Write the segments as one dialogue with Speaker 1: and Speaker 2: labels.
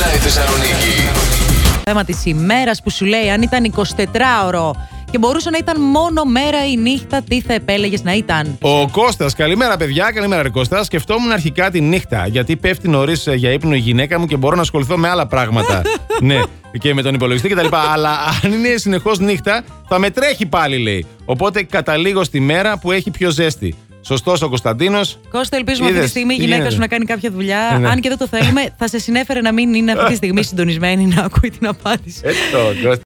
Speaker 1: Θεσσαλονίκη.
Speaker 2: θέμα της ημέρας που σου λέει αν ήταν 24ωρο και μπορούσε να ήταν μόνο μέρα ή νύχτα, τι θα επέλεγες να ήταν.
Speaker 3: Ο Κώστας, καλημέρα παιδιά, καλημέρα ρε Κώστας. Σκεφτόμουν αρχικά τη νύχτα, γιατί πέφτει νωρίς για ύπνο η γυναίκα μου και μπορώ να ασχοληθώ με άλλα πράγματα. ναι, και με τον υπολογιστή κτλ. Αλλά αν είναι συνεχώς νύχτα, θα με τρέχει πάλι, λέει. Οπότε καταλήγω στη μέρα που έχει πιο ζέστη. Σωστός ο Κωνσταντίνος.
Speaker 2: Κώστα, ελπίζουμε αυτή τη
Speaker 3: Είδες,
Speaker 2: στιγμή η
Speaker 3: τι
Speaker 2: γυναίκα
Speaker 3: γίνεται.
Speaker 2: σου να κάνει κάποια δουλειά.
Speaker 3: Ναι.
Speaker 2: Αν και δεν το θέλουμε, θα σε συνέφερε να μην είναι αυτή τη στιγμή συντονισμένη να ακούει την απάντηση.
Speaker 3: Έτσι το, Κώστα.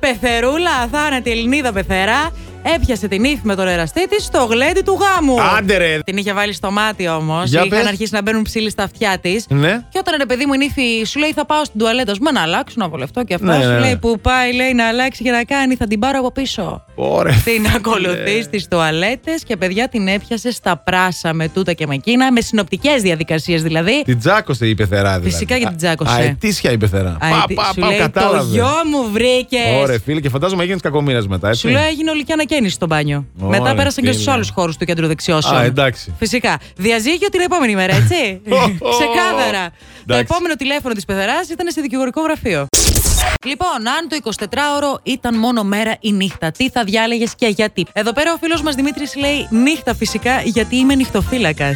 Speaker 2: Πεθερούλα, αθάνατη Ελληνίδα πεθερά, έπιασε την ύφη με τον εραστή της στο γλέντι του γάμου.
Speaker 3: Άντε ρε.
Speaker 2: Την είχε βάλει στο μάτι όμως.
Speaker 3: Για
Speaker 2: Είχαν
Speaker 3: πες.
Speaker 2: αρχίσει να μπαίνουν ψήλοι στα αυτιά της.
Speaker 3: Ναι.
Speaker 2: Και όταν ρε παιδί μου η νύφη σου λέει θα πάω στην τουαλέτα, σου μα να αλλάξω, να βολευτώ και αυτά.
Speaker 3: Ναι,
Speaker 2: σου
Speaker 3: ναι, ναι.
Speaker 2: λέει που πάει, λέει να αλλάξει και να κάνει, θα την πάρω από πίσω.
Speaker 3: Ωραία.
Speaker 2: Την ακολουθείς στις τουαλέτες και παιδιά την έπιασε στα πράσα με τούτα και με εκείνα, με συνοπτικές διαδικασίες δηλαδή.
Speaker 3: Την τσάκωσε η πεθερά, δηλαδή.
Speaker 2: Φυσικά και την
Speaker 3: Α-
Speaker 2: τσάκωσε.
Speaker 3: Αετήσια η πεθερά.
Speaker 2: Α,
Speaker 3: Πα,
Speaker 2: τι-
Speaker 3: πα,
Speaker 2: σου
Speaker 3: πα,
Speaker 2: λέει το
Speaker 3: κατάλαβε.
Speaker 2: γιο μου βρήκες.
Speaker 3: Ωραία, φίλε, και φαντάζομαι έγινες κακομοίρα μετά, έτσι.
Speaker 2: Σου λέω έγινε ολική ανακαίνιση στο μπάνιο.
Speaker 3: Ωραία,
Speaker 2: Μετά πέρασαν και στους
Speaker 3: φίλε.
Speaker 2: άλλους χώρους του κέντρου δεξιώσεων.
Speaker 3: Α, εντάξει.
Speaker 2: Φυσικά. Διαζύγιο την επόμενη μέρα, έτσι. Ξεκάθαρα. Το
Speaker 3: Εντάξει.
Speaker 2: επόμενο τηλέφωνο της πεθεράς ήταν σε δικηγορικό γραφείο. Λοιπόν, αν το 24ωρο ήταν μόνο μέρα ή νύχτα, τι θα διάλεγες και γιατί. Εδώ πέρα ο φίλος μας Δημήτρης λέει νύχτα φυσικά, γιατί είμαι νυχτοφύλακας.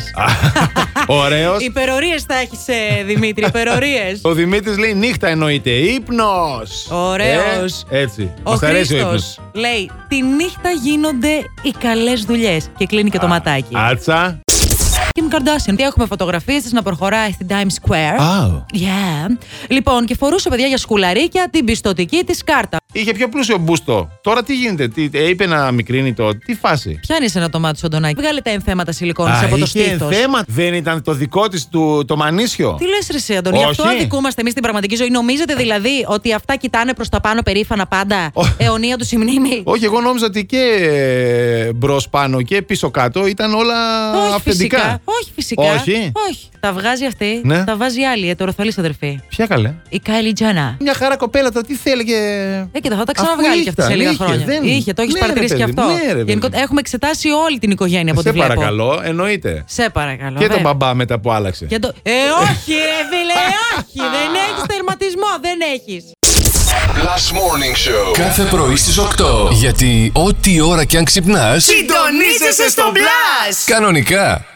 Speaker 3: Ωραίος.
Speaker 2: Υπερορίες θα έχεις, Δημήτρη, υπερορίες.
Speaker 3: Ο Δημήτρης λέει νύχτα εννοείται. Ύπνος!
Speaker 2: Ωραίος.
Speaker 3: Ε, έτσι.
Speaker 2: Ο
Speaker 3: Μας αρέσει ο
Speaker 2: Χρήστος
Speaker 3: ύπνος.
Speaker 2: λέει: Τη νύχτα γίνονται οι καλές δουλειές. Και κλείνει και το ματάκι.
Speaker 3: Άτσα.
Speaker 2: Kim Kardashian. Τι έχουμε φωτογραφίε τη να προχωράει στην Times Square.
Speaker 3: Άου.
Speaker 2: Yeah. Λοιπόν, και φορούσε παιδιά για σκουλαρίκια την πιστοτική της κάρτα.
Speaker 3: Είχε πιο πλούσιο μπουστό. Τώρα τι γίνεται, τι, ε, είπε να μικρύνει το. Τι φάση.
Speaker 2: Πιάνει ένα ντομάτι στον Ντονάκη. Βγάλε τα ενθέματα σιλικόνης
Speaker 3: Α,
Speaker 2: από το
Speaker 3: είχε
Speaker 2: στήθος.
Speaker 3: θέμα. Δεν ήταν το δικό της το μανίσιο.
Speaker 2: Τι λες, Ρε εσύ, Αντωνία,
Speaker 3: Όχι.
Speaker 2: αυτό αδικούμαστε εμείς στην πραγματική ζωή. Νομίζετε δηλαδή ότι αυτά κοιτάνε προς τα πάνω περήφανα πάντα.
Speaker 3: Ω.
Speaker 2: Αιωνία του η μνήμη.
Speaker 3: Όχι, εγώ νόμιζα ότι και ε, μπρος πάνω και πίσω κάτω ήταν όλα
Speaker 2: Όχι
Speaker 3: αυθεντικά.
Speaker 2: φυσικά. Όχι φυσικά.
Speaker 3: Όχι.
Speaker 2: Όχι. Τα βγάζει αυτή,
Speaker 3: Ναι.
Speaker 2: τα βάζει η άλλη, ετεροθαλή αδερφή.
Speaker 3: Ποια καλέ.
Speaker 2: Η Κάιλι Τζάνα.
Speaker 3: Μια χαρά κοπέλα, το τι θέλει και.
Speaker 2: Ε, κοίτα, θα τα
Speaker 3: Αφού
Speaker 2: ξαναβγάλει και αυτή
Speaker 3: ήταν,
Speaker 2: σε λίγα
Speaker 3: είχε,
Speaker 2: χρόνια.
Speaker 3: δεν-
Speaker 2: Είχε, το έχεις
Speaker 3: Ναι, ρε,
Speaker 2: παρατηρήσει και
Speaker 3: παιδί,
Speaker 2: αυτό.
Speaker 3: ναι, ρε, παιδί.
Speaker 2: Γενικότερα, έχουμε εξετάσει όλη την οικογένεια από ό,τι
Speaker 3: Ε, Σε
Speaker 2: βλέπω.
Speaker 3: παρακαλώ, εννοείται.
Speaker 2: Σε παρακαλώ.
Speaker 3: Και
Speaker 2: βέβαια.
Speaker 3: τον μπαμπά μετά που άλλαξε.
Speaker 2: Και το... Ε, όχι, ρε φίλε, ε, όχι. δεν έχεις τερματισμό, δεν έχεις.
Speaker 1: Last Morning Show.
Speaker 4: Κάθε πρωί στις 8. Γιατί ό,τι ώρα κι αν ξυπνάς,
Speaker 5: Συντονίζεσαι στο μπλα!
Speaker 4: κανονικά.